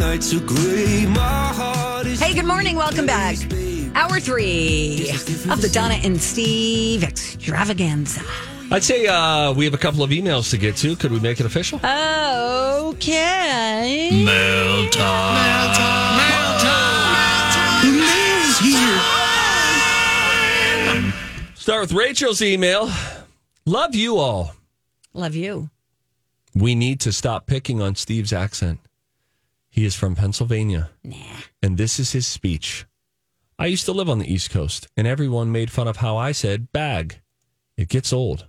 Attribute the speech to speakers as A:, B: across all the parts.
A: Nights are gray, my heart is
B: Hey, good morning. Welcome back. Hour three of the Donna and Steve extravaganza.
C: I'd say uh, we have a couple of emails to get to. Could we make it official?
B: Okay.
C: Mail time. Start with Rachel's email. Love you all.
B: Love you.
C: We need to stop picking on Steve's accent. He is from Pennsylvania. Nah. And this is his speech. I used to live on the East Coast, and everyone made fun of how I said bag. It gets old.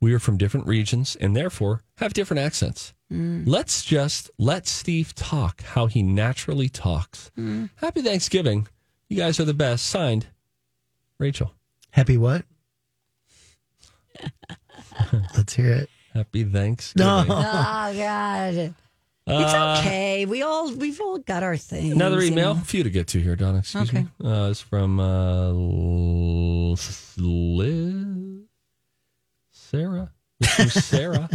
C: We are from different regions and therefore have different accents. Let's just let Steve talk how he naturally talks. Happy Thanksgiving. You guys are the best. Signed, Rachel.
D: Happy what? Let's hear it.
C: Happy Thanksgiving.
B: Oh, God. It's okay. We all we've all got our things.
C: Uh, Another
B: you
C: email,
B: know.
C: a few to get to here, Donna. Excuse me. Uh, it's from uh, Liz. Sarah. It's from Sarah.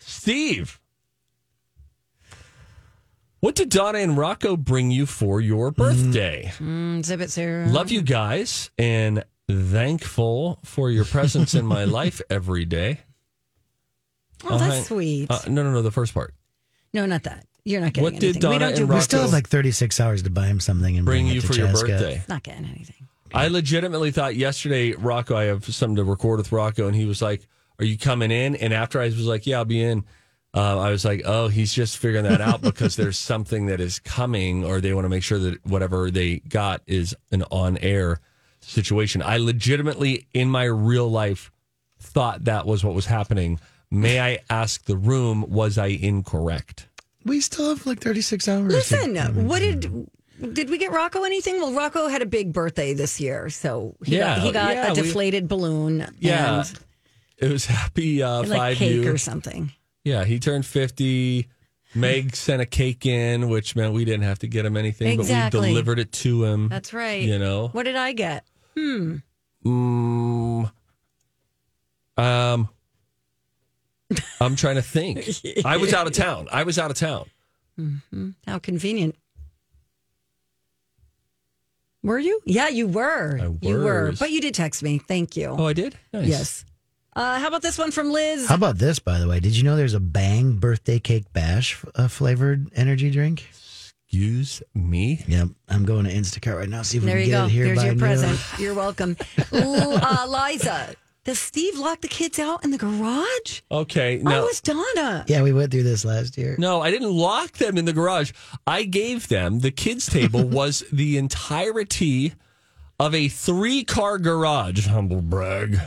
C: Steve. What did Donna and Rocco bring you for your birthday?
B: Mm, zip it, Sarah.
C: Love you guys and thankful for your presence in my life every day.
B: Oh,
C: I'll hang-
B: that's sweet.
C: Uh, no, no, no, the first part.
B: no, not that. You're not getting
C: What did
B: anything. we
C: Donna
B: don't do
C: and
D: We
C: Rocco-
D: still have like 36 hours to buy him something and bring,
C: Bring
D: it
C: you
D: to
C: for your
D: Chaska.
C: birthday.
B: not getting anything.
C: I legitimately thought yesterday, Rocco, I have something to record with Rocco, and he was like, "Are you coming in?" And after I was like, "Yeah, I'll be in," uh, I was like, "Oh, he's just figuring that out because there's something that is coming, or they want to make sure that whatever they got is an on-air situation." I legitimately, in my real life, thought that was what was happening. May I ask the room? Was I incorrect?
D: We still have like 36 hours.
B: Listen, what did did we get Rocco anything? Well, Rocco had a big birthday this year, so he
C: Yeah,
B: got, he got
C: yeah,
B: a
C: we-
B: deflated balloon.
C: Yeah.
B: and
C: It was happy uh,
B: like
C: five
B: cake
C: years.
B: or something.
C: Yeah, he turned 50. Meg sent a cake in, which meant we didn't have to get him anything, but we
B: Exactly.
C: delivered it to him.
B: That's right.
C: You know?
B: What did I get?
C: Mm, um, I'm trying to think. I was out of town. I was out of town.
B: How convenient. Were you? Yeah, you were.
C: I
B: You were.
C: was.
B: But you did text me. Thank you.
C: Oh, I did? Nice.
B: yes. Uh, how about this one from Liz?
D: How about this, by the way? Did you know there's a Bang birthday cake bash uh, flavored energy drink?
C: Excuse me.
D: Yep. I'm going to Instacart right now. See if
B: there
D: we
B: you
D: can get
B: go.
D: it here
B: There's
D: by
B: your
D: noon.
B: present. You're welcome. L- uh, Liza, does Steve lock the kids out in the garage?
C: Okay.
B: Oh,
C: Now,
B: it's Donna.
D: Yeah, we went through this last year.
C: No, I didn't lock them in the garage. I gave them the kids' table was the entirety of a three car garage. Humble brag.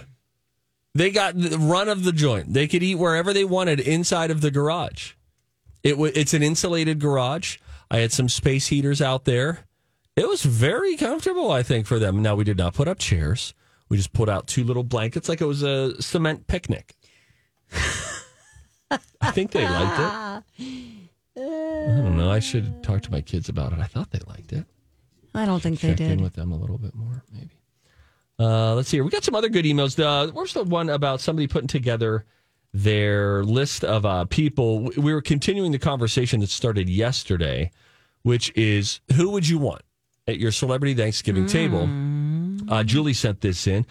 C: They got the run of the joint. They could eat wherever they wanted inside of the garage. It was it's an insulated garage. I had some space heaters out there. It was very comfortable, I think, for them. Now we did not put up chairs. We just put out two little blankets like it was a cement picnic. I think they liked it. I don't know. I should talk to my kids about it. I thought they liked it.
B: I don't think they
C: Check in
B: did.
C: with them a little bit more, maybe. Uh, let's see here. We got some other good emails. Uh, where's the one about somebody putting together their list of uh, people? We- We were continuing the conversation that started yesterday, which is who would you want at your celebrity Thanksgiving table?
B: Hmm.
C: Uh, Julie sent this in.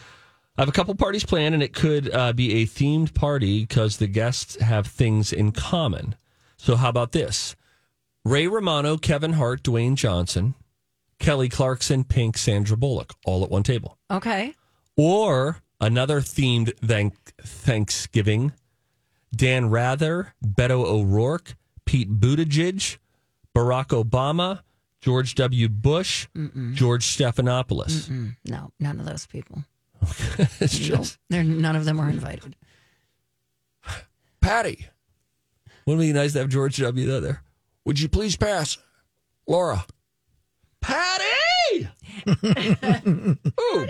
C: I have a couple parties planned, and it could uh, be a themed party because the guests have things in common. So, how about this? Ray Romano, Kevin Hart, Dwayne Johnson, Kelly Clarkson, Pink, Sandra Bullock, all at one table.
B: Okay.
C: Or another themed thank- Thanksgiving Dan Rather, Beto O'Rourke, Pete Buttigieg, Barack Obama, George W. Bush, George Stephanopoulos.
B: No, none of those people.
C: it's just,
B: They're, none of them are invited.
C: Patty, wouldn't it be nice to have George W. there? Would you please pass? Laura. Patty! Ooh.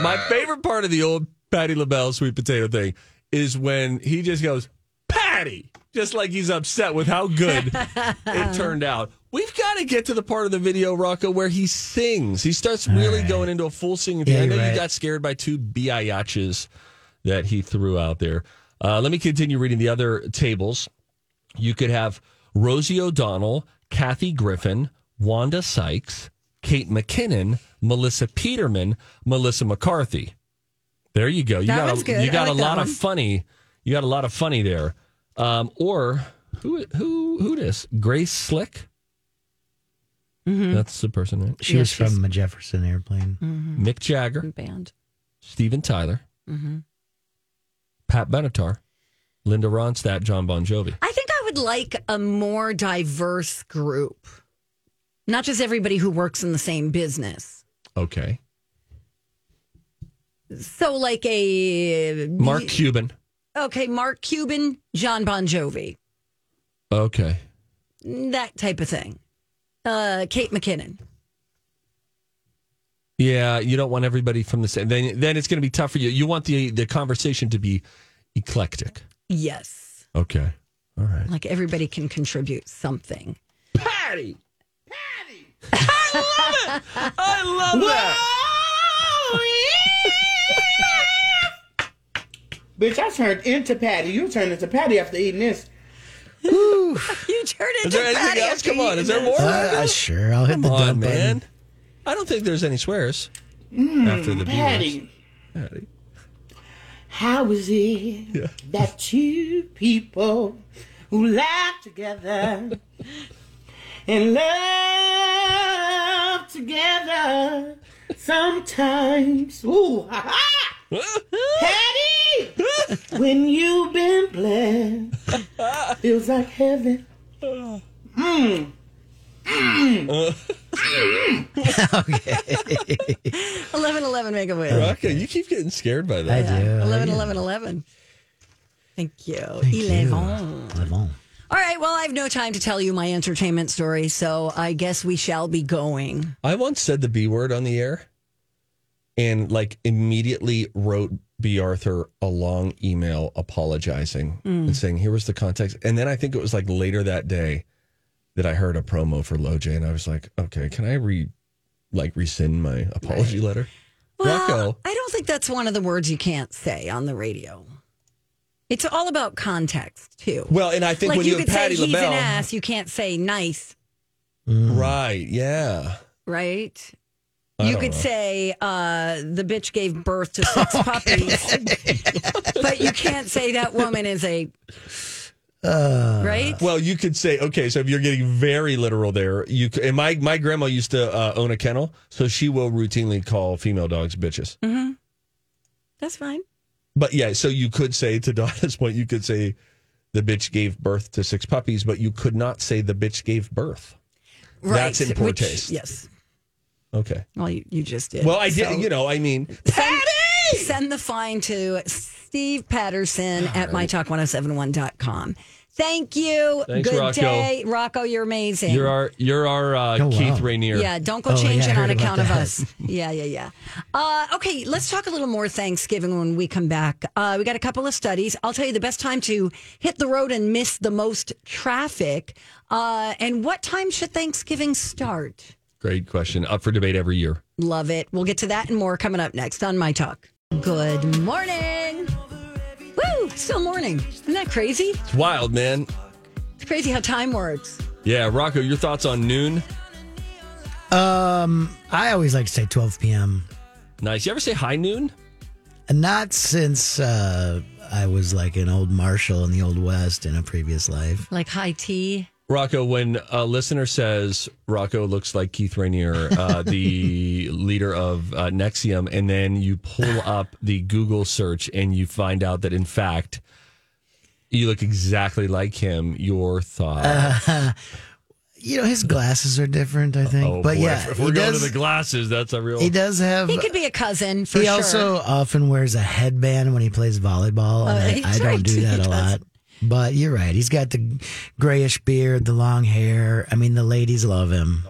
C: My favorite part of the old Patty LaBelle sweet potato thing is when he just goes, Patty! Just like he's upset with how good it turned out. We've got to get to the part of the video, Rocco, where he sings. He starts really going into a full singing thing.
D: Yeah,
C: I know
D: you're
C: you
D: right.
C: got scared by two biatches that he threw out there. Uh, let me continue reading the other tables. You could have Rosie O'Donnell, Kathy Griffin, Wanda Sykes, Kate McKinnon, Melissa Peterman, Melissa McCarthy. There you go. You
B: That
C: got
B: one's
C: a,
B: good.
C: you
B: I
C: got
B: like
C: a
B: that
C: lot of
B: one.
C: funny. You got a lot of funny there. Um, or who who who this? Grace Slick.
B: Mm-hmm.
C: That's the person, right?
D: She was from a Jefferson airplane.
B: Mm-hmm.
C: Mick Jagger,
B: Band.
C: Steven Tyler,
B: Mm-hmm.
C: Pat Benatar, Linda Ronstadt, John Bon Jovi.
B: I think I would like a more diverse group, not just everybody who works in the same business.
C: Okay.
B: So, like a
C: Mark Cuban.
B: okay, Mark Cuban, John Bon Jovi,
C: Okay.
B: that type of thing. Uh, Kate McKinnon.
C: Yeah, you don't want everybody from the same. Then, then it's going to be tough for you. You want the the conversation to be eclectic.
B: Yes,
C: Okay. All right.
B: like everybody can contribute something.
C: Patty. Patty. I love it. I love
E: Bitch, I turned into Patty. You turned into Patty after eating this.
B: You turn it.
C: Is there anything else? Come on. Is there more?
D: Uh, uh, sure, I'll hit the
C: Come on,
D: dump
C: man.
D: button.
C: I don't think there's any swears after the
E: Patty,
C: beavers. Patty.
E: how is it
C: Yeah.
E: that two people who laugh together and love together sometimes, ooh, ha ha, Patty, when you've been blessed, feels like heaven.
B: Eleven, eleven, make a wish.
C: Okay, you keep getting scared by
D: I
C: that.
D: do.
B: Eleven, eleven, eleven. Thank you.
D: you.
B: Eleven.
D: Levon.
B: All right. Well, I have no time to tell you my entertainment story, so I guess we shall be going.
C: I once said the B word on the air and like immediately wrote B. Arthur a long email apologizing
B: Hmm.
C: and saying, here was the context. And then I think it was like later that day that I heard a promo for LoJ and I was like, okay, can I re like rescind my apology letter? Rocco.
B: Well, I don't think that's one of the words you can't say on the radio. It's all about context too.
C: Well, and I think
B: like
C: when
B: you
C: you, have
B: could
C: Patty
B: say he's an
C: LaBelle,
B: ass, you can't say nice,
C: right? Yeah,
B: right?
C: I
B: you
C: don't
B: could
C: know.
B: say uh, the bitch gave birth to six puppies, but you can't say that woman is a right.
C: Uh, Well, you could say okay. So if you're getting very literal there, you c- and my my grandma used to uh, own a kennel, so she will routinely call female dogs bitches.
B: That's fine.
C: But yeah, so you could say to Donna's point, you could say the bitch gave birth to six puppies, but you could not say the bitch gave birth.
B: Right.
C: That's in poor
B: which-
C: taste.
B: Yes.
C: Okay.
B: Well, you, you just did.
C: Well, I did.
B: So-
C: you know, I mean,
B: Send, send the fine to Steve Patterson at mytalk1071.com. Thank you.
C: Thanks,
B: Good
C: Rocco.
B: day. Rocco, you're amazing.
C: you're our you're our uh,
D: Oh, wow.
C: Keith Rainier.
B: yeah, don't go
D: Oh, yeah, I
B: changing on
D: heard about
B: account of
D: that.
B: us. Yeah, yeah, yeah. Uh, okay, let's talk a little more Thanksgiving when we come back. Uh, we got a couple of studies. I'll tell you the best time to hit the road and miss the most traffic. Uh, and what time should Thanksgiving start?
C: Great question. Up for debate every year.
B: Love it. We'll get to that and more coming up next on My Talk. Good morning. Woo, still morning. Isn't that crazy?
C: It's wild, man.
B: It's crazy how time works.
C: Yeah, Rocco, your thoughts on noon?
D: Um, I always like to say 12 p.m.
C: Nice. You ever say high noon?
D: And Not since uh, I was like an old marshal in the old west in a previous life.
B: Like high tea.
C: Rocco, when a listener says Rocco looks like Keith Rainier, uh, the leader of uh, Nexium, and then you pull up the Google search and you find out that in fact you look exactly like him, your thought.
D: Uh, You know, his glasses are different, I think.
C: oh,
D: but
C: boy.
D: yeah,
C: if, if
D: he
C: we're going
D: does-
C: to the glasses, that's a real.
D: He does have.
B: He could be a cousin for
D: he
B: sure.
D: also often wears a headband when he plays volleyball,
B: Oh,
D: and I, I
B: he's
D: don't
B: right.
D: do that
B: He
D: a lot. But you're right. He's got the grayish beard, the long hair. I mean, the ladies love him.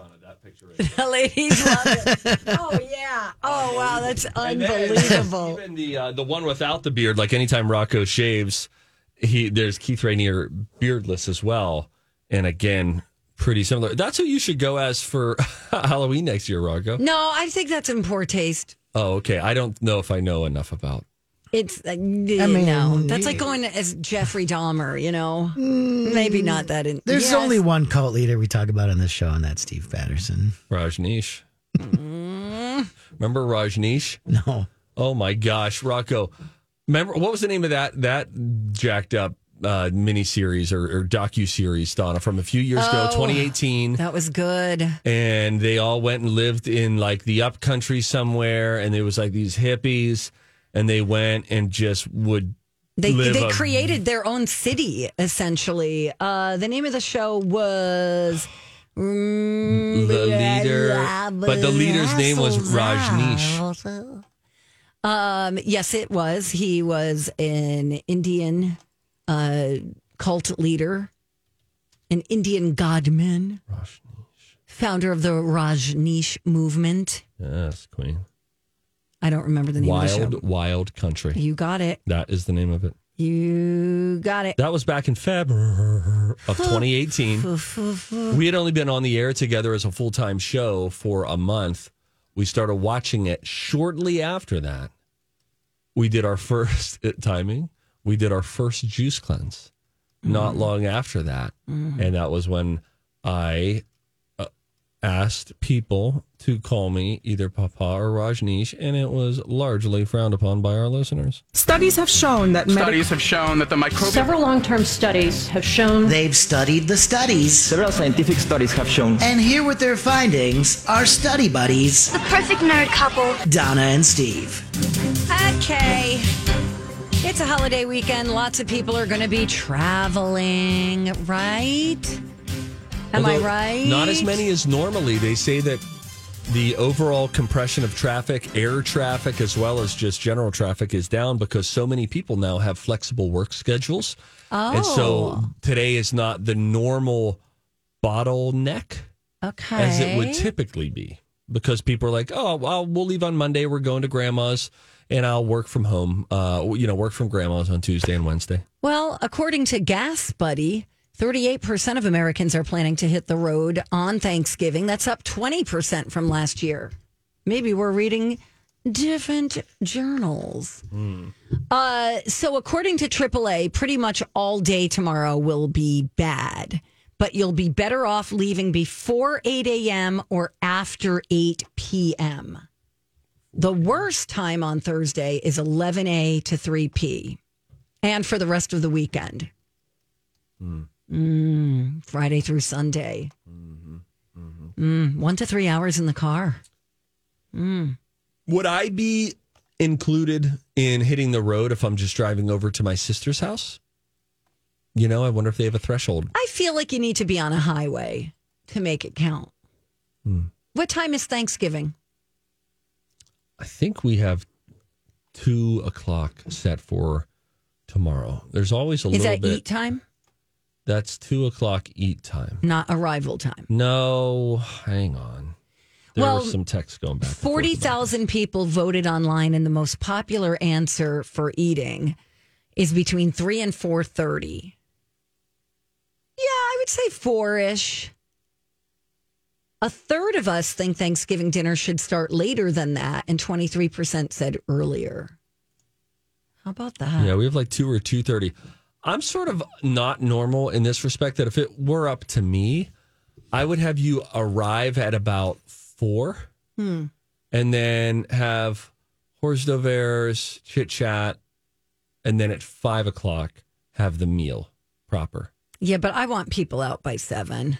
B: the ladies love it. Oh yeah. Oh wow, that's unbelievable.
C: Even the uh, the one without the beard, like anytime Rocco shaves, he there's Keith Rainier beardless as well, and again pretty similar. That's who you should go as for Halloween next year, Rocco.
B: No, I think that's in poor taste.
C: Oh, okay. I don't know if I know enough about.
B: It's uh, I
D: mean,
B: no. That's like
D: you- Mm,
B: going as Jeffrey Dahmer. You know, maybe not that. In-
D: There's
B: Yes.
D: only one cult leader we talk about on this show, and that's Steve Patterson.
C: Rajneesh. Remember Rajneesh?
D: No,
C: Oh my gosh, Rocco. Remember what was the name of that that jacked up uh miniseries or, or docu series, Donna, from a few years ago, 2018.
B: That was good.
C: and they all went and lived in like the upcountry somewhere and there was like these hippies and they went and just would
B: They
C: live
B: they
C: a-
B: created their own city essentially. Uh, the name of the show was. Mm,
C: the leader
B: blah, blah,
C: but the leader's name was
B: Russell's
C: Rajneesh
B: out. Um, yes, it was. He was an Indian uh, cult leader, an Indian godman, founder of the Rajneesh movement.
C: yes queen
B: I don't remember the name of the show.
C: wild wild country
B: You got it.
C: that is the name of it
B: You got it.
C: that was back in February of 2018 we had only been on the air together as a full-time show for a month we started watching it shortly after that we did our first timing. We did our first juice cleanse not long after that, and that was when I uh, asked people to call me either Papa or Rajneesh, and it was largely frowned upon by our listeners.
F: Studies have shown that medic-
G: Studies have shown that the microbial
H: Several long term studies have shown
D: they've studied the studies,
I: Several scientific studies have shown
D: and here with their findings are study buddies
H: the perfect nerd couple.
D: Donna and Steve.
B: Okay. It's a holiday weekend. Lots of people are going to be traveling, right? Am I
C: Although
B: right?
C: Not as many as normally. They say that the overall compression of traffic, air traffic, as well as just general traffic, is down because so many people now have flexible work schedules. And
B: Oh.
C: so today is not the normal bottleneck
B: Okay.
C: as it would typically be because people are like, oh, well, we'll leave on Monday. We're going to grandma's and I'll work from home, uh, you know, work from grandma's on Tuesday and Wednesday.
B: Well, according to Gas Buddy, 38% of Americans are planning to hit the road on Thanksgiving. That's up 20% from last year. Maybe we're reading different journals. Uh, so, according to AAA, pretty much all day tomorrow will be bad, but you'll be better off leaving before 8 a.m. or after 8 p.m. The worst time on Thursday is 11 a to 3 p and for the rest of the weekend.
C: Hmm.
B: Mm, Friday through Sunday.
C: Mm-hmm.
B: Mm, one to three hours in the car.
C: Would I be included in hitting the road if I'm just driving over to my sister's house? You know, I wonder if they have a threshold.
B: I feel like you need to be on a highway to make it count.
C: Hmm.
B: What time is Thanksgiving?
C: I think we have two o'clock set for tomorrow. There's always a
B: is
C: little
B: that
C: bit.
B: eat time?
C: That's two o'clock eat time.
B: Not arrival time.
C: No, hang on. There
B: Well,
C: were some texts going back. and forth about
B: Forty thousand people voted online, and the most popular answer for eating is between three and four thirty. Yeah, I would say four ish. A third of us think Thanksgiving dinner should start later than that, and twenty three percent said earlier. How about that?
C: it. Yeah, we have like two or two thirty. I'm sort of not normal in this respect that if it were up to me, I would have you arrive at about four, and then have hors d'oeuvres, chit chat, and then at five o'clock have the meal proper.
B: Yeah, but I want people out by seven.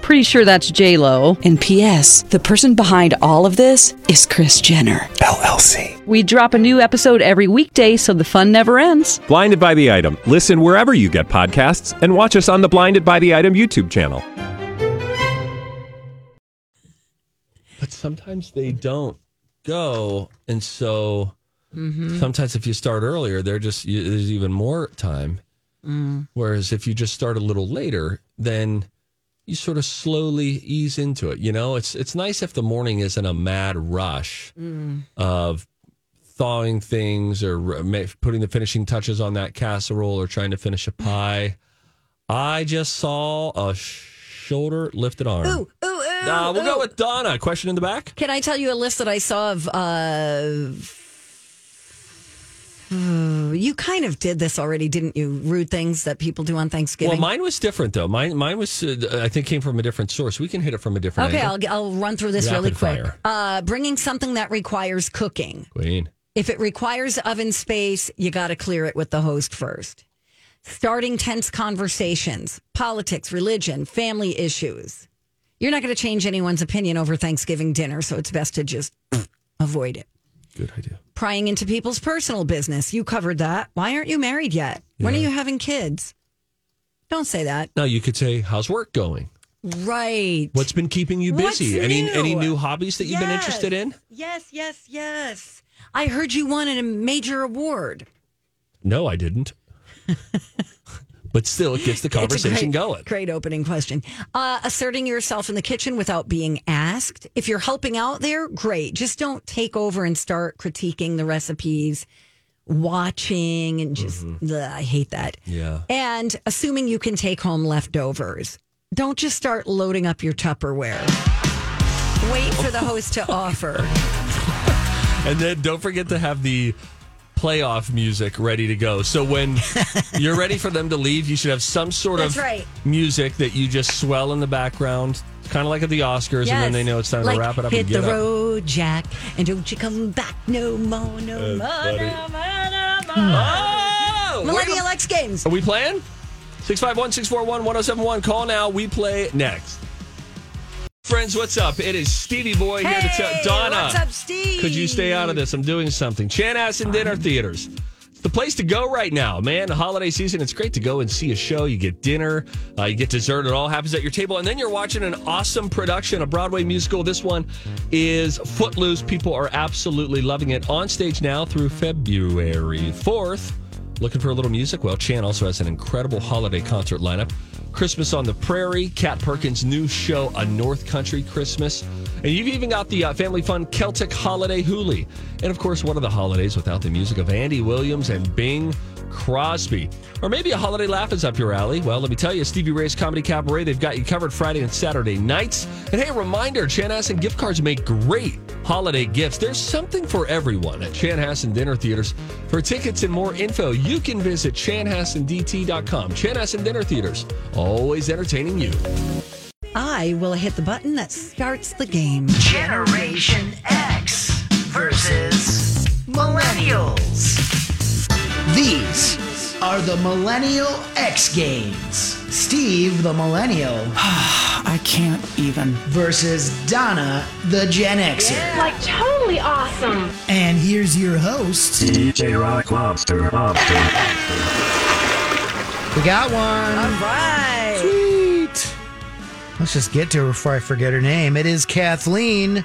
I: Pretty sure that's J Lo. And P.S. The person behind all of this is Chris Jenner
G: LLC.
I: We drop a new episode every weekday, so the fun never ends.
G: Blinded by the item. Listen wherever you get podcasts, and watch us on the Blinded by the Item YouTube channel.
C: But sometimes they don't go, and so sometimes if you start earlier, they're just you, there's even more time. Whereas if you just start a little later, then you sort of slowly ease into it. You know, it's it's nice if the morning isn't a mad rush of thawing things or re- ma- putting the finishing touches on that casserole or trying to finish a pie. I just saw a shoulder lifted arm.
B: Ooh, ooh, ooh.
C: Uh, we'll
B: ooh.
C: go with Donna. Question in the back.
B: Can I tell you a list that I saw of? Uh, uh, you kind of did this already, didn't you? Rude things that people do on
C: Well,
B: Thanksgiving.
C: mine was different though. Mine, mine was uh, I think came from a different source. We can hit it from a different.
B: okay,
C: angle.
B: I'll, I'll run through this
C: Rapid
B: really quick.
C: fire.
B: Uh, bringing something that requires cooking.
C: Queen.
B: If it requires oven space, you got to clear it with the host first. Starting tense conversations, politics, religion, family issues. You're not going to change anyone's opinion over Thanksgiving dinner, so it's best to just avoid it.
C: Good idea.
B: Prying into people's personal business. You covered that. Why aren't you married yet? When are you having kids? Don't say that.
C: Now you could say, "How's work going?
B: Right.
C: What's been keeping you
B: What's
C: busy? Any
B: new?
C: any new hobbies that you've been interested in?
B: Yes, yes, yes. I heard you won a major award.
C: No, I didn't. but still, it gets the
B: It's a
C: conversation
B: great,
C: going.
B: Great opening question. Uh, asserting yourself in the kitchen without being asked. If you're helping out there, great. Just don't take over and start critiquing the recipes, watching, and just, Ugh, I hate that.
C: Mm-hmm. Yeah.
B: And assuming you can take home leftovers. Don't just start loading up your Tupperware. Wait for the host to offer.
C: And then don't forget to have the playoff music ready to go. So when you're ready for them to leave, you should have some sort
B: That's
C: of
B: right.
C: music that you just swell in the background, kind of like at the Oscars, and then they know it's time
B: Like,
C: to wrap it up
B: Hit
C: and get
B: the
C: up.
B: road, Jack, and don't you come back no more, no more, no more, no more.
C: Oh, we're-
B: Millennial X Games.
C: Are we playing? 651 641 1071. Call now. We play next. Friends, what's up? It is Stevie Boy here to tell
B: Hey,
C: Donna.
B: what's up, Steve?
C: Could you stay out of this? I'm doing something. Chanhassen Dinner Theaters. It's the place to go right now, man. The holiday season, it's great to go and see a show. You get dinner, uh, you get dessert. It all happens at your table. And then you're watching an awesome production, a Broadway musical. This one is Footloose. People are absolutely loving it. On stage now through February 4th. Looking for a little music? Well, Chan also has an incredible holiday concert lineup. Christmas on the Prairie, Cat Perkins' new show, A North Country Christmas. And you've even got the uh, family fun Celtic Holiday Hooli. And of course, what are the holidays without the music of Andy Williams and Bing Crosby? Or maybe a holiday laugh is up your alley. Well, let me tell you, Stevie Ray's Comedy Cabaret, they've got you covered Friday and Saturday nights. And hey, a reminder, Chanhassen gift cards make great holiday gifts. There's something for everyone at Chanhassen Dinner Theaters. For tickets and more info, you can visit chanhassendt.com. Chanhassen Dinner Theaters, always entertaining you.
B: I will hit the button that starts the game.
J: Generation X versus Millennials.
E: These are the Millennial X Games. Steve, the Millennial. I can't even. Versus Donna, the Gen Xer.
H: Like, totally awesome.
E: And here's your host,
K: DJ Rock Lobster Lobster.
D: We got one.
B: All right.
D: Sweet. Let's just get to her before I forget her name. It is Kathleen.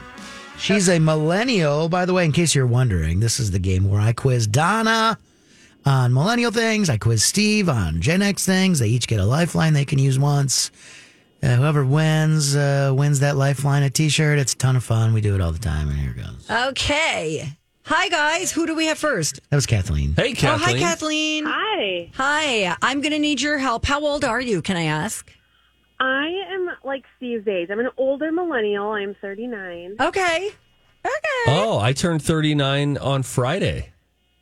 D: She's a millennial. By the way, in case you're wondering, this is the game where I quiz Donna on millennial things. I quiz Steve on Gen X things. They each get a lifeline they can use once. Uh, whoever wins uh, wins that lifeline, a T-shirt. It's a ton of fun. We do it all the time. And here it goes.
B: Okay. Hi, guys. Who do we have first?
D: That was Kathleen.
C: Hey,
B: Oh, hi, Kathleen. Hi. Hi. I'm going to need your help. How old are you, can I ask?
L: I am like Steve's age. I'm an older millennial. I'm 39.
B: Okay.
C: Oh, I turned 39 on Friday.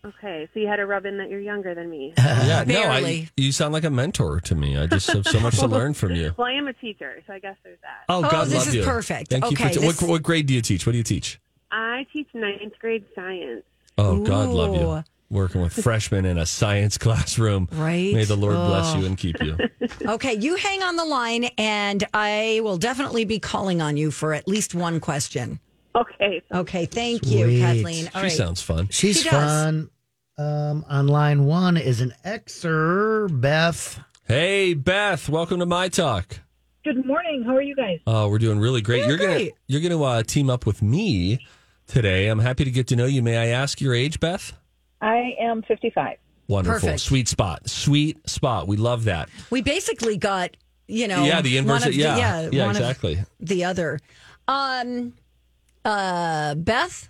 L: Okay, so you had to rub in that you're younger than me.
B: Uh,
C: Yeah, no, I,
L: Barely.
C: you sound like a mentor to me. I just have so much to learn from you.
L: Well, I am a teacher, so I guess there's that.
C: Oh, God,
B: this
C: love
B: is
C: you.
B: perfect.
C: Thank you
B: Okay,
C: for t-
B: this-
C: what, what grade do you teach? What do you teach?
L: I teach ninth grade science.
C: Oh, God, love
L: Ooh.
C: you. Working with freshmen in a science classroom.
B: Right.
C: May the Lord bless
B: Oh.
C: you and keep you.
B: Okay, you hang on the line, and I will definitely be calling on you for at least one question.
L: Okay.
B: Okay, thank
D: Sweet.
B: you, Kathleen. All
C: she
B: right.
C: sounds fun.
D: She's
B: She does.
D: fun. Um, on line one is an Xer, Beth.
C: Hey, Beth, welcome to my talk.
M: Good morning. How are you guys?
C: Oh, we're doing really great. you're gonna
M: great.
C: you're gonna uh, team up with me today. I'm happy to get to know you. May I ask your age, Beth?
M: I am 55.
C: Wonderful,
B: Perfect.
C: sweet spot, sweet spot. We love that.
B: We basically got, you know,
C: yeah, the inverse.
B: Oh, one of the-
C: yeah,
B: yeah,
C: yeah,
B: one of
C: exactly.
B: the other. Um, uh, Beth?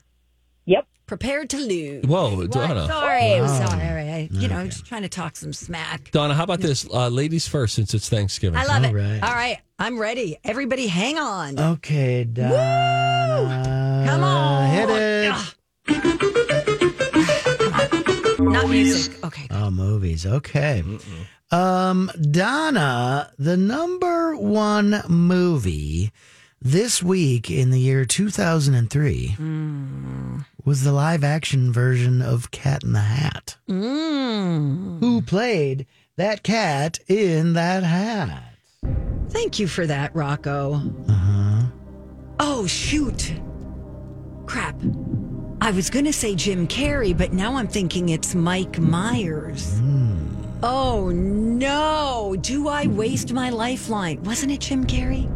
M: Yep.
B: Prepared to lose.
C: Whoa,
B: What?
C: Donna.
B: Sorry,
C: Wow.
B: sorry. I, you know, just trying to talk some smack.
C: Donna, how about this? Uh, ladies first, since it's Thanksgiving.
B: I love it. All right, I'm ready. Everybody, hang on.
D: Okay, Donna.
B: Come on.
D: Hit it.
B: Not music. Okay.
D: Oh, movies. Okay. Um, Donna, the number one movie this week in the year 2003
B: Hmm.
D: was the live action version of Cat in the Hat.
B: Hmm.
D: Who played that cat in that hat?
B: Thank you for that, Rocco. Oh, shoot. Crap. I was going to say Jim Carrey, but now I'm thinking it's Mike Myers. Oh, no. Do I waste my lifeline? Wasn't it Jim Carrey?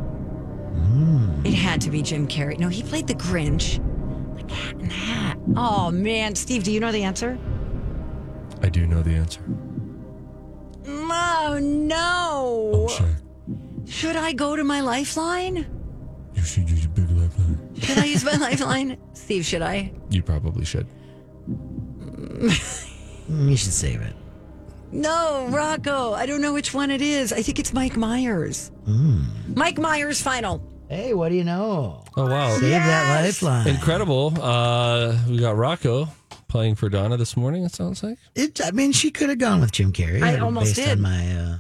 B: It had to be Jim Carrey. No, he played the Grinch. The cat in the hat. Oh, man. Steve, do you know the answer?
C: I do know the answer.
B: Oh, no.
C: Oh, sure.
B: Should I go to my lifeline?
C: You should use a big lifeline.
B: Should I use my lifeline? Steve, should I?
C: You probably should.
D: You should save it.
B: No, Rocco. I don't know which one it is. I think it's Mike Myers.
D: Hmm.
B: Mike Myers final.
D: Hey, what do you know?
C: Oh wow!
D: Save that lifeline.
C: Incredible. Uh, we got Rocco playing for Donna this morning. It sounds like.
D: It, I mean, she could have gone with Jim Carrey.
B: I almost
D: based
B: did.
D: On my, uh,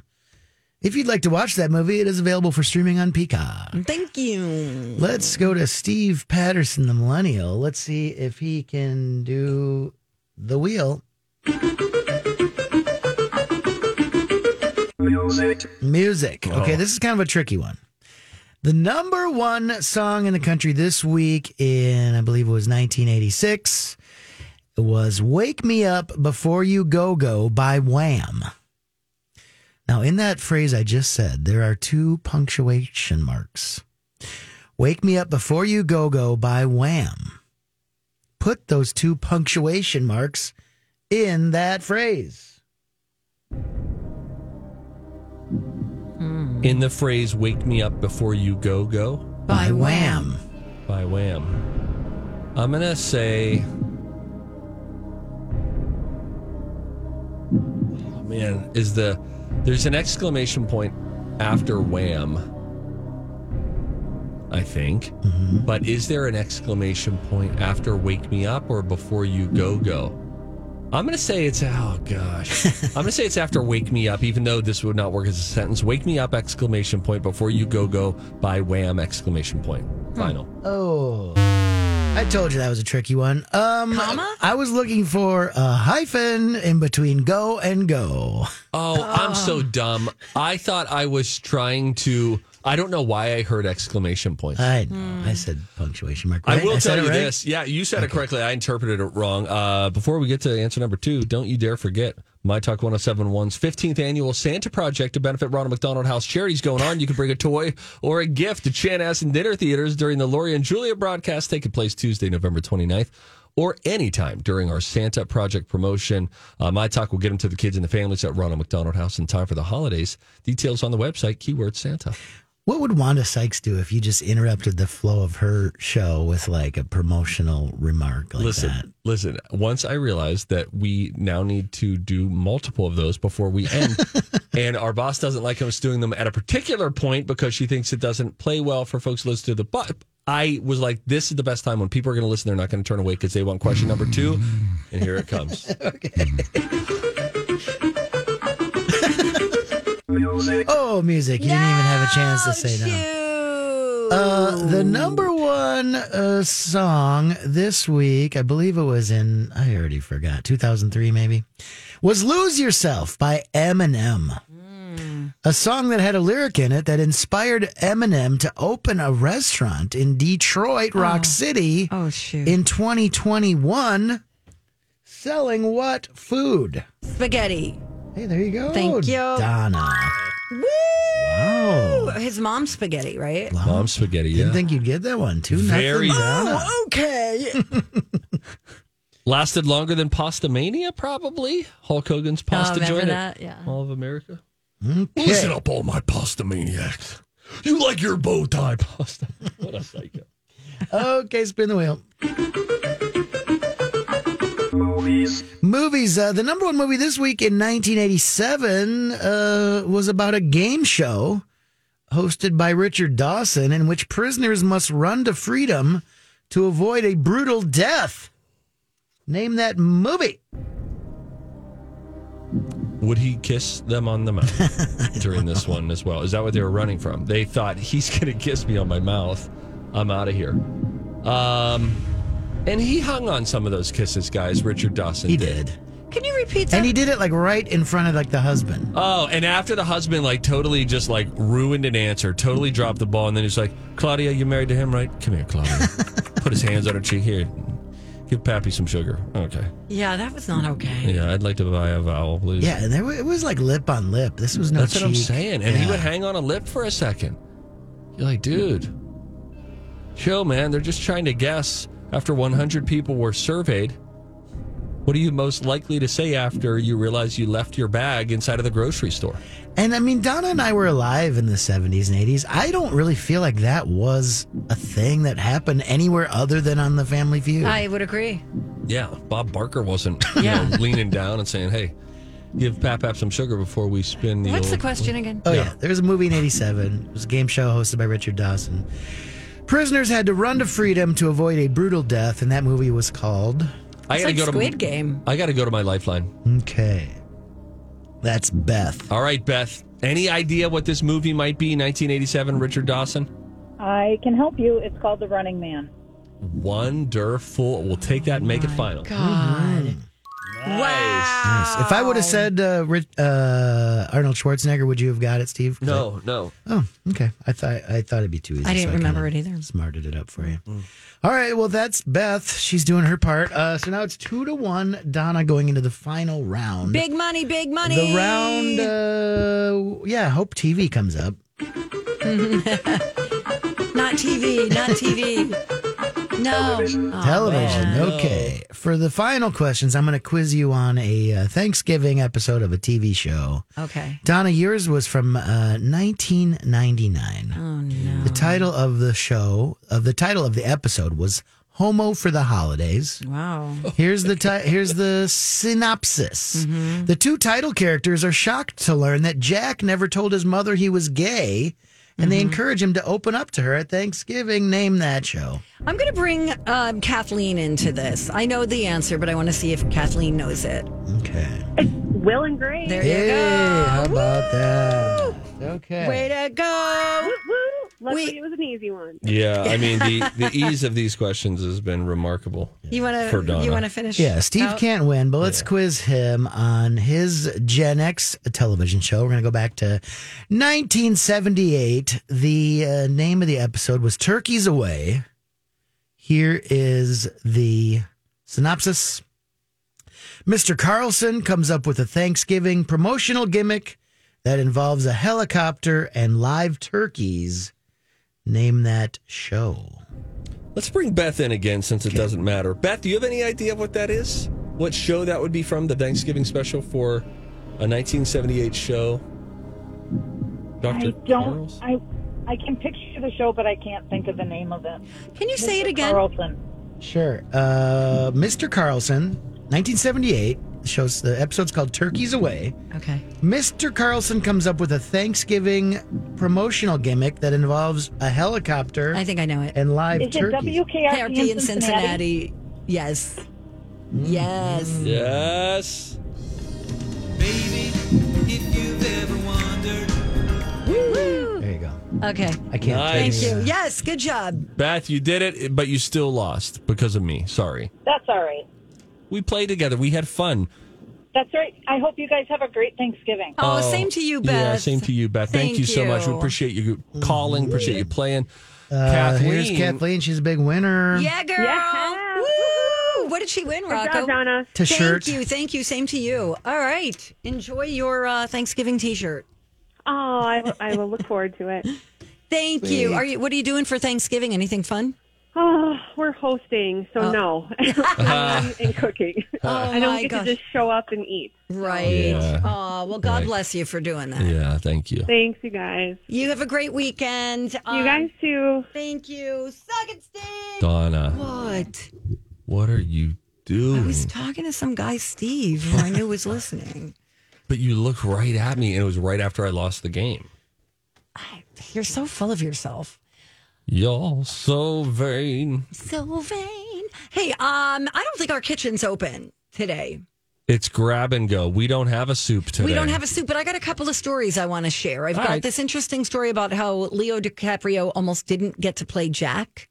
D: if you'd like to watch that movie, it is available for streaming on Peacock.
B: Thank you.
D: Let's go to Steve Patterson, the millennial. Let's see if he can do the wheel.
K: Music.
D: Music. Okay,
K: Oh.
D: this is kind of a tricky one. The number one song in the country this week in, I believe it was 1986, was Wake Me Up Before You Go Go by Wham. Now, in that phrase I just said, there are two punctuation marks. Wake Me Up Before You Go Go by Wham. Put those two punctuation marks in that phrase.
C: In the phrase "Wake me up before you go go"
B: By
D: Wham.
C: by Wham, I'm gonna say. Oh, man, is the there's an exclamation point after Wham? I think, but is there an exclamation point after "Wake me up" or before you go go? I'm gonna say it's oh gosh. I'm gonna say it's after "Wake Me Up," even though this would not work as a sentence. "Wake me up!" exclamation point before you go go by wham exclamation point. Final.
D: Oh. I told you that was a tricky one. Um
B: Comma?
D: I was looking for a hyphen in between go and go.
C: Oh, I'm so dumb. I thought I was trying to. I don't know why I heard exclamation points.
D: I know.
B: Hmm.
D: I said punctuation mark.
C: I
D: right?
C: will
D: said
C: tell
D: it
C: you
D: right?
C: this. Yeah, you said it correctly. I interpreted it wrong. Uh, before we get to answer number two, don't you dare forget My Talk 1071's 15th annual Santa Project to benefit Ronald McDonald House Charities going on. You can bring a toy or a gift to Chanhassen and Dinner Theaters during the Lori and Julia broadcast taking place Tuesday, November 29th. Or anytime during our Santa Project promotion. Uh, My Talk will get them to the kids and the families at Ronald McDonald House in time for the holidays. Details on the website, keyword Santa.
D: What would Wanda Sykes do if you just interrupted the flow of her show with like a promotional remark like
C: listen,
D: that?
C: listen. Once I realized that we now need to do multiple of those before we end, and our boss doesn't like us doing them at a particular point because she thinks it doesn't play well for folks listening to the. But I was like, this is the best time when people are going to listen. They're not going to turn away because they want question number two. And here it comes.
D: Oh, music. You didn't even have a chance to say no. Uh, the number one uh, song this week, I believe it was in, I already forgot, 2003 maybe, was Lose Yourself by Eminem. A song that had a lyric in it that inspired Eminem to open a restaurant in Detroit, Rock City, oh, shoot. in 2021, selling what food?
B: Spaghetti.
D: Hey, there you go.
B: Thank you.
D: Donna.
B: Woo!
D: Wow.
B: His mom's spaghetti, right?
C: Mom spaghetti. Yeah.
D: Didn't think you'd get that one. Two
C: Very-
D: nothing, Donna.
B: Oh, okay.
C: Lasted longer than Pasta Mania, probably. Hulk Hogan's
B: Oh,
C: Pasta
B: remember
C: joint.
B: that? Yeah.
C: All of America.
D: Okay.
C: Listen up, all my pasta maniacs. You like your bow tie pasta. What a psycho.
D: okay, spin the wheel. Movies. Uh, the number one movie this week in 1987 uh, was about a game show hosted by Richard Dawson in which prisoners must run to freedom to avoid a brutal death. Name that movie.
C: Would he kiss them on the mouth during this one as well? Is that what they were running from? They thought he's going to kiss me on my mouth. I'm out of here. Um, and he hung on some of those kisses, guys. Richard Dawson.
D: He did.
B: Can you repeat that?
D: And he did it like right in front of like the husband.
C: Oh, and after the husband like totally just like ruined an answer, totally dropped the ball, and then he's like, "Claudia, you married to him, right? Come here, Claudia." Put his hands on her cheek. Here, give Pappy some sugar. Okay.
B: Yeah, that was not okay.
C: Yeah, I'd like to buy a vowel, please.
D: Yeah, and there, wa- it was like lip on lip. This was no
C: That's what I'm
D: cheek.
C: saying. And he
D: Yeah.
C: would hang on a lip for a second. You're like, dude, chill, man. They're just trying to guess after 100 people were surveyed. What are you most likely to say after you realize you left your bag inside of the grocery store?
D: And I mean, Donna and I were alive in the 70s and 80s. I don't really feel like that was a thing that happened anywhere other than on the Family Feud.
B: I would agree.
C: Yeah, Bob Barker wasn't you
B: Yeah.
C: know, leaning down and saying, hey, give Pap Pap some sugar before we spin the
B: What's the
C: old-
B: question again?
D: oh, yeah. There was a movie in 87. It was a game show hosted by Richard Dawson. Prisoners had to run to freedom to avoid a brutal death, and that movie was called.
C: I
B: It's
C: gotta
B: like
C: go to
B: Squid Game.
C: I got to go to my lifeline.
D: Okay. That's Beth.
C: All right, Beth. Any idea what this movie might be? 1987, Richard Dawson?
M: I can help you. It's called The Running Man.
C: Wonderful. We'll take that and make it final.
D: Nice. If I would
B: Oh.
D: have said uh, Rich, uh, Arnold Schwarzenegger, would you have got it, Steve? 'Cause
C: No, no.
D: I- oh, okay. I thought I thought it'd be too easy.
B: I didn't
D: so
B: remember
D: kinda
B: it either.
D: Smarted it up for you. All right. Well, that's Beth. She's doing her part. Uh, so now it's two to one. Donna going into the final round.
B: Big money, big money.
D: The round. Uh, yeah. Hope TV comes up.
B: Not TV, not TV. no. Oh,
D: Television.
B: man.
D: okay. For the final questions, I'm going to quiz you on a uh, Thanksgiving episode of a TV show.
B: Okay.
D: Donna, yours was from uh, 1999.
B: Oh, no.
D: The title of the show, of the title of the episode was Homo for the Holidays.
B: Wow.
D: Here's the ti- here's the synopsis.
B: Mm-hmm.
D: The two title characters are shocked to learn that Jack never told his mother he was gay, and they
B: Mm-hmm.
D: encourage him to open up to her at Thanksgiving. Name that show.
B: I'm going to bring um, Kathleen into this. I know the answer, but I want to see if Kathleen knows it.
D: Okay.
L: Will and Grace.
B: There
D: Hey,
B: you go.
D: how about that? Okay.
B: Way to go.
L: Woo, Luckily,
B: We-
L: it was an easy one.
C: Yeah, I mean the, the ease of these questions has been remarkable.
B: You want
C: For
B: to
C: Donna.
B: you want to finish? Oh,
D: Yeah, Steve
B: out?
D: can't win, but let's quiz him on his Gen X television show. We're going to go back to 1978. The uh, name of the episode was Turkeys Away. Here is the synopsis Mr. Carlson comes up with a Thanksgiving promotional gimmick that involves a helicopter and live turkeys. Name that show.
C: Let's bring Beth in again since it doesn't matter. Beth, do you have any idea what that is? What show that would be from? The Thanksgiving special for a 1978 show?
M: I
C: Dr.
M: don't. I I can picture the show, but I can't think of the name of it.
B: Can you say
M: Mr.
B: it again?
M: Carlson.
D: Sure. Uh, Mr. Carlson, 1978. shows the episode's called Turkeys Away.
B: Okay.
D: Mr. Carlson comes up with a Thanksgiving promotional gimmick that involves a helicopter. I
B: think I know it.
D: And live
B: Is it
D: turkeys.
B: KRP in Cincinnati. Yes. Yes.
D: Mm.
C: Yes.
D: There you go.
B: Okay.
D: I can't.
B: Thank you. Yes. Good job.
C: Beth, you did it, but you still lost because of me. Sorry.
M: That's all right.
C: We played together. We had fun.
M: That's right. I hope you guys have a great Thanksgiving.
C: Oh,
B: Oh,
C: Yeah, same to you, Beth. Thank,
M: Thank
C: you so much. We
M: you.
C: appreciate you calling. Appreciate you playing.
D: Uh,
C: Kathleen.
D: Here's Kathleen. She's a big winner.
B: Yeah, girl. Woo! What did she win,
D: job,
B: Rocco?
D: Donna. To
B: thank
D: shirt.
B: you, thank you. Same to you. All right. Enjoy your uh, Thanksgiving T-shirt.
L: Oh, I will, I will look forward to it.
B: Thank you. Are you? What are you doing for Thanksgiving? Anything fun?
L: Oh, we're hosting, so
B: Oh.
L: no.
B: Ah.
L: and cooking.
B: Oh,
L: Uh, I don't
B: my
L: get
B: gosh.
L: to just show up and eat.
B: Right.
C: Yeah.
B: Oh well, God
C: Right.
B: bless you for doing that.
C: Yeah, thank you.
L: Thanks, you guys.
B: You have a great weekend. You
L: guys too.
B: Thank you. Suck it, Steve.
C: Donna,
B: What?
C: what are you
B: I
C: doing?
B: was talking to some guy, Steve, who I knew was listening.
C: But you look right at me, and it was right after I lost the game.
B: You're so full of yourself.
C: You're so vain.
B: So vain. Hey, um, I don't think our kitchen's open today.
C: It's grab and go. We don't have a soup today.
B: We don't have a soup, but I got a couple of stories I want to share. I've
C: All
B: got
C: right.
B: this interesting story about how Leo DiCaprio almost didn't get to play Jack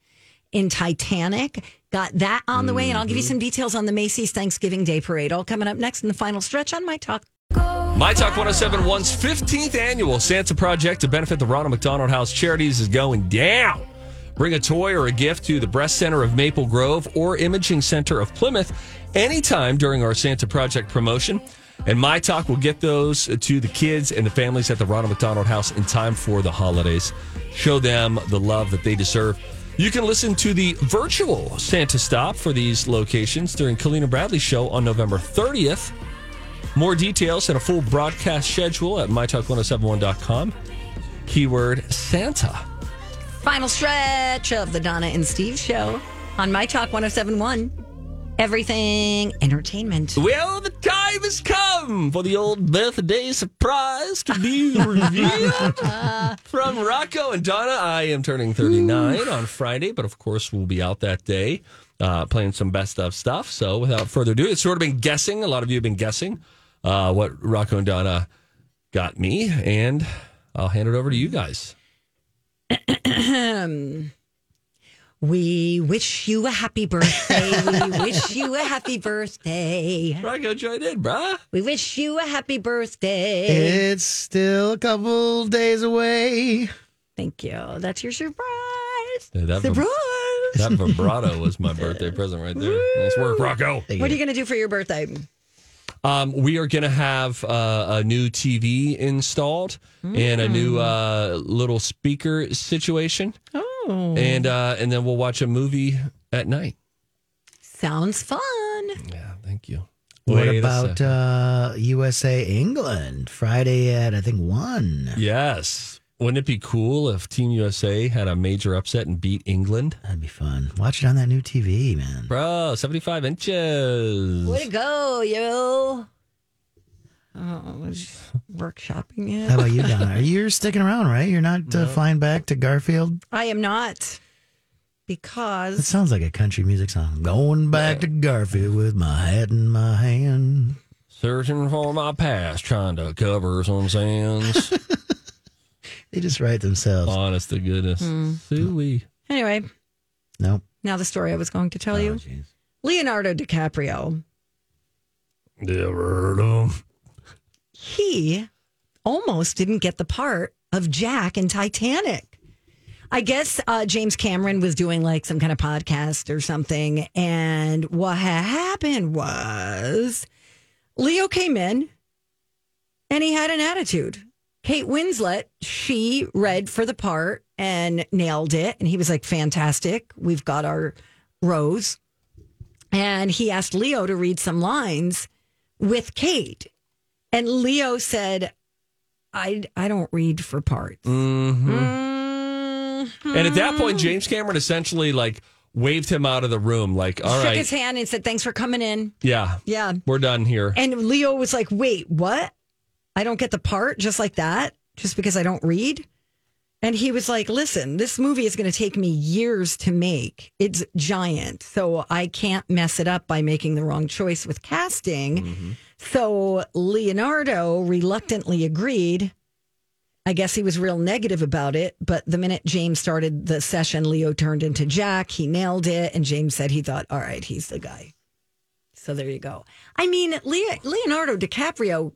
B: in Titanic. Got that on the way, and I'll give you
C: Mm-hmm.
B: some details on the Macy's Thanksgiving Day Parade. All coming up next in the final stretch on my talk.
C: My Talk 1071's 15th annual Santa Project to benefit the Ronald McDonald House Charities is going down. Bring a toy or a gift to the Breast Center of Maple Grove or Imaging Center of Plymouth anytime during our Santa Project promotion. And My Talk will get those to the kids and the families at the Ronald McDonald House in time for the holidays. Show them the love that they deserve. You can listen to the virtual Santa Stop for these locations during Kalina Bradley's show on November 30th. More details and a full broadcast schedule at mytalk1071.com. Keyword Santa.
B: Final stretch of the Donna and Steve show on My Talk 1071. Everything entertainment.
C: Well, the time has come for the old birthday surprise to be revealed from Rocco and Donna. I am turning 39 on Friday, but of course, we'll be out that day uh, playing some best of stuff. So, without further ado, it's sort of been guessing. A lot of you have been guessing uh, what Rocco and Donna got me, and I'll hand it over to you guys.
B: we wish you a happy birthday. we wish you a happy birthday.
C: Rocco, join in, bruh.
B: We wish you a happy birthday.
D: It's still a couple days away.
B: Thank you. That's your surprise.
C: Yeah, that-
B: surprise.
C: That vibrato was my birthday present right there. Nice work, Rocco.
B: What are you going to do for your birthday?
C: Um, we are going to have uh, a new TV installed and a
B: Mm.
C: new uh, little speaker situation,
B: Oh.
C: and uh, and then we'll watch a movie at night.
B: Sounds fun.
C: Thank you.
D: What
C: Wait a
D: about uh, USA England Friday at I think one?
C: Yes, wouldn't it be cool if Team USA had a major upset and beat England,
D: That'd be fun. Watch it on that new TV, man.
C: bro? Seventy-five inches.
B: Way to go, yo. Oh, just workshopping it.
D: How about you, Donna? You're sticking around, right? You're not uh, flying back to Garfield.
B: I am not
D: That
B: because
D: sounds like a country music song. Going back to Garfield with my hat in my hand.
C: Searching for my past, trying to cover some sins.
D: They just write themselves.
C: Honest to Oh, goodness,
B: Hmm.
C: Suey.
B: anyway,
D: Nope.
B: now the story I was going to tell you. Leonardo DiCaprio,
C: Never heard of.
B: he almost didn't get the part of Jack in Titanic. I guess uh, James Cameron was doing like some kind of podcast or something. And what ha- happened was Leo came in and he had an attitude. Kate Winslet, she read for the part and nailed it. And he was like, fantastic. We've got our rose. And he asked Leo to read some lines with Kate. And Leo said, I, I don't read for parts. Hmm.
C: And at that point, James Cameron essentially like waved him out of the room. Like, all
B: Shook
C: right,
B: his hand and said, "Thanks for coming in."
C: yeah,
B: Yeah.
C: we're done here.
B: And Leo was like, wait, what? I don't get the part just like that, just because I don't read. And he was like, listen, this movie is going to take me years to make. It's giant. So I can't mess it up by making the wrong choice with casting. So Leonardo reluctantly agreed. I guess he was real negative about it, but the minute James started the session, Leo turned into Jack. He nailed it. And James said he thought, all right, he's the guy. So there you go. I mean, Lea- Leonardo DiCaprio,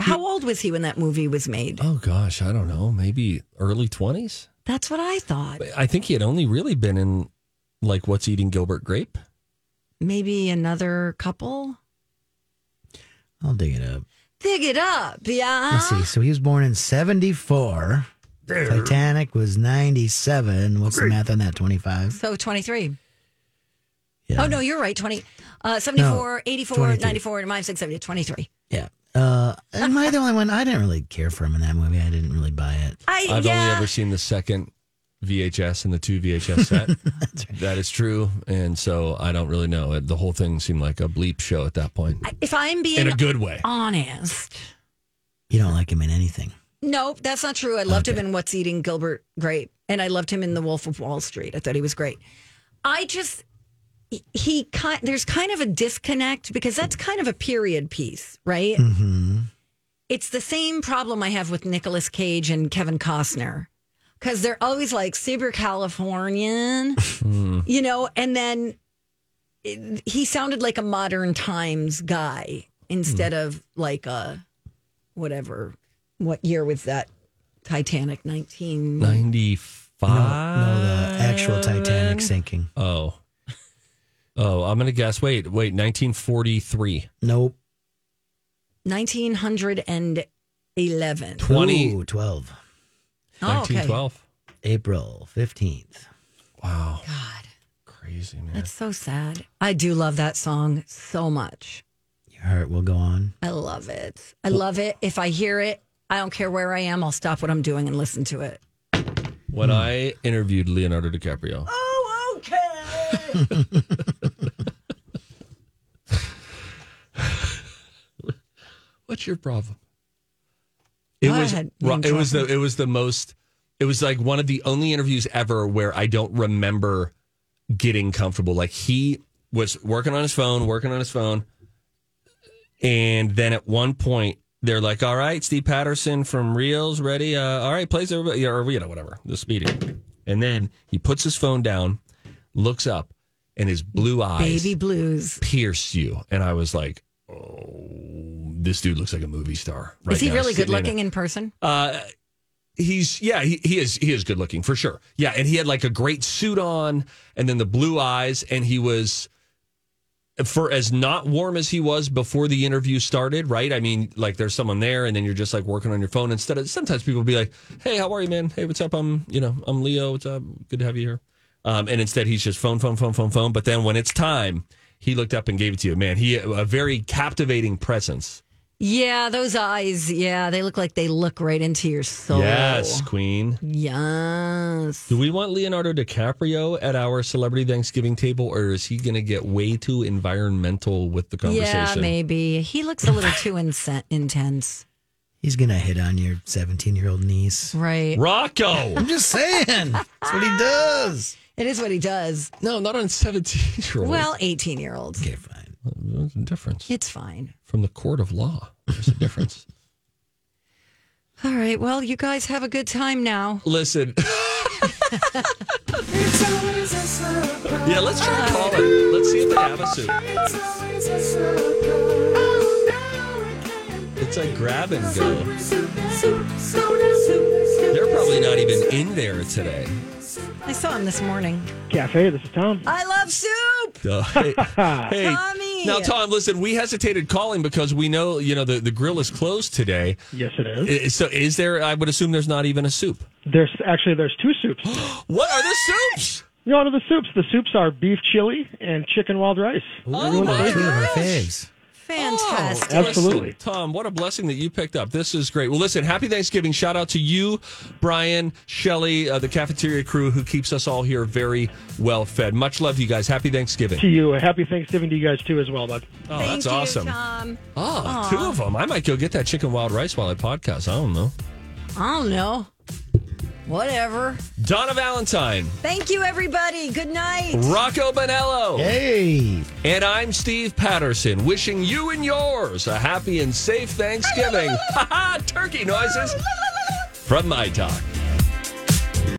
B: how old was he when that movie was made?
C: Oh gosh, I don't know. Maybe early twenties.
B: That's what I thought.
C: I think he had only really been in like what's eating Gilbert Grape.
B: Maybe another couple?
D: I'll dig it up.
B: Dig it up. Yeah.
D: Let's see. So he was born in 74. Titanic was 97. What's the math on that? 25?
B: So 23.
D: Yeah.
B: Oh, no, you're right. 20, uh, 74,
D: No,
B: 84,
D: 23.
B: 94, and mine's like 70, 23.
D: Yeah. Uh, am I the only one? I didn't really care for him in that movie. I didn't really buy it.
B: I,
C: I've
B: Uh, yeah.
C: only ever seen the second VHS and the two VHS set. That is true, and so I don't really know. The whole thing seemed like a bleep show at that point.
B: if I'm being
C: In a good way.
B: honest,
D: You don't like him in anything.
B: no, that's not true. I loved him in What's Eating Gilbert Grape, and I loved him in The Wolf of Wall Street. I thought he was great. I just he kind there's kind of a disconnect because that's kind of a period piece, right?
D: Mm-hmm.
B: It's the same problem I have with Nicolas Cage and Kevin Costner because they're always like super Californian, you know, and then it, he sounded like a modern times guy instead of like a whatever. What year was that? Titanic 19.
C: Ninety-five.
D: The actual Titanic sinking.
C: Oh. Oh, I'm gonna guess. Wait, wait, 1943.
D: Nope.
B: 1911.
C: 20.
D: Ooh, 12.
B: Oh, okay.
D: April 15th.
C: Wow. God. Crazy, man.
B: That's so sad. I do love that song so much.
D: Your heart will go on.
B: I love it. I love it. If I hear it, I don't care where I am. I'll stop what I'm doing and listen to it.
C: When
D: Hmm.
C: I interviewed Leonardo DiCaprio,
B: Oh, okay.
C: what's your problem? It
B: Go
C: was
B: ahead,
C: ro-
B: name
C: it was the
B: dropping.
C: it was the most it was like one of the only interviews ever where I don't remember getting comfortable. Like he was working on his phone, working on his phone, and then at one point they're like, "All right, Steve Patterson from Reels, ready? Uh, all right, plays everybody, or you know, whatever this meeting." And then he puts his phone down, looks up, and his blue eyes
B: Baby blues.
C: pierce you. And I was like, "Oh, this dude looks like a movie star." Right
B: Is he
C: now,
B: really good
C: sitting in a-
B: looking in person?
C: uh, he's yeah, he, he is he is good looking for sure. Yeah, and he had like a great suit on, and then the blue eyes, and he was for as not warm as he was before the interview started. Right? I mean, like there's someone there, and then you're just like working on your phone instead of sometimes people be like, "Hey, how are you, man? Hey, what's up? I'm you know I'm Leo. What's up? Good to have you here." Um, and instead, he's just phone, phone, phone, phone, phone. But then when it's time, he looked up and gave it to you. Man, he a very captivating presence.
B: Yeah, those eyes. Yeah, they look like they look right into your soul.
C: Yes, Queen.
B: Yes.
C: Do we want Leonardo DiCaprio at our celebrity Thanksgiving table, or is he going to get way too environmental with the
B: Yeah,
C: conversation?
B: maybe. He looks a little too insen- intense.
D: He's going to hit on your 17 year old niece.
B: Right.
C: Rocco.
D: I'm just saying. That's what he does.
B: It is what he does.
C: no, not on seventeen-year-old.
B: Well, 18 year olds.
D: Okay, fine.
C: there's a difference
B: It's fine.
C: from the court of law. There's a difference.
B: All right. Well, you guys have a good time now.
C: Listen. yeah, let's try calling. Let's see if they have a suit. It's like grab and go. They're probably not even in there today.
B: I saw him this morning.
N: Cafe, this is Tom.
B: I love soup.
C: Duh. Uh, Hey, hey.
B: Tommy.
C: now Tom, listen, we hesitated calling because we know you know the, the grill is closed today.
N: Yes, it
C: I- So is there? I would assume there's not even a soup.
N: There's actually there's two soups.
C: What are the soups?
N: You know, the soups. The soups are beef chili and chicken wild rice.
D: Ooh, two of our faves.
B: Fantastic.
C: Listen, Oh, Tom, what a blessing that you picked up. This is great. Well, listen, happy Thanksgiving. Shout out to you, Brian, Shelly, uh, the cafeteria crew who keeps us all here very well fed. Much love to you guys. Happy Thanksgiving.
N: To you. Happy Thanksgiving to you guys too, as well, bud.
C: Oh, that's awesome.
B: Tom.
C: Oh, two of them. I might go get that chicken wild rice while I podcast. I don't know.
B: I don't know. Whatever.
C: Donna Valentine,
B: Thank you, everybody. Good night.
C: Rocco Bonello. Hey. And I'm Steve Patterson, wishing you and yours a happy and safe Thanksgiving. Ha ha! Turkey noises from my talk.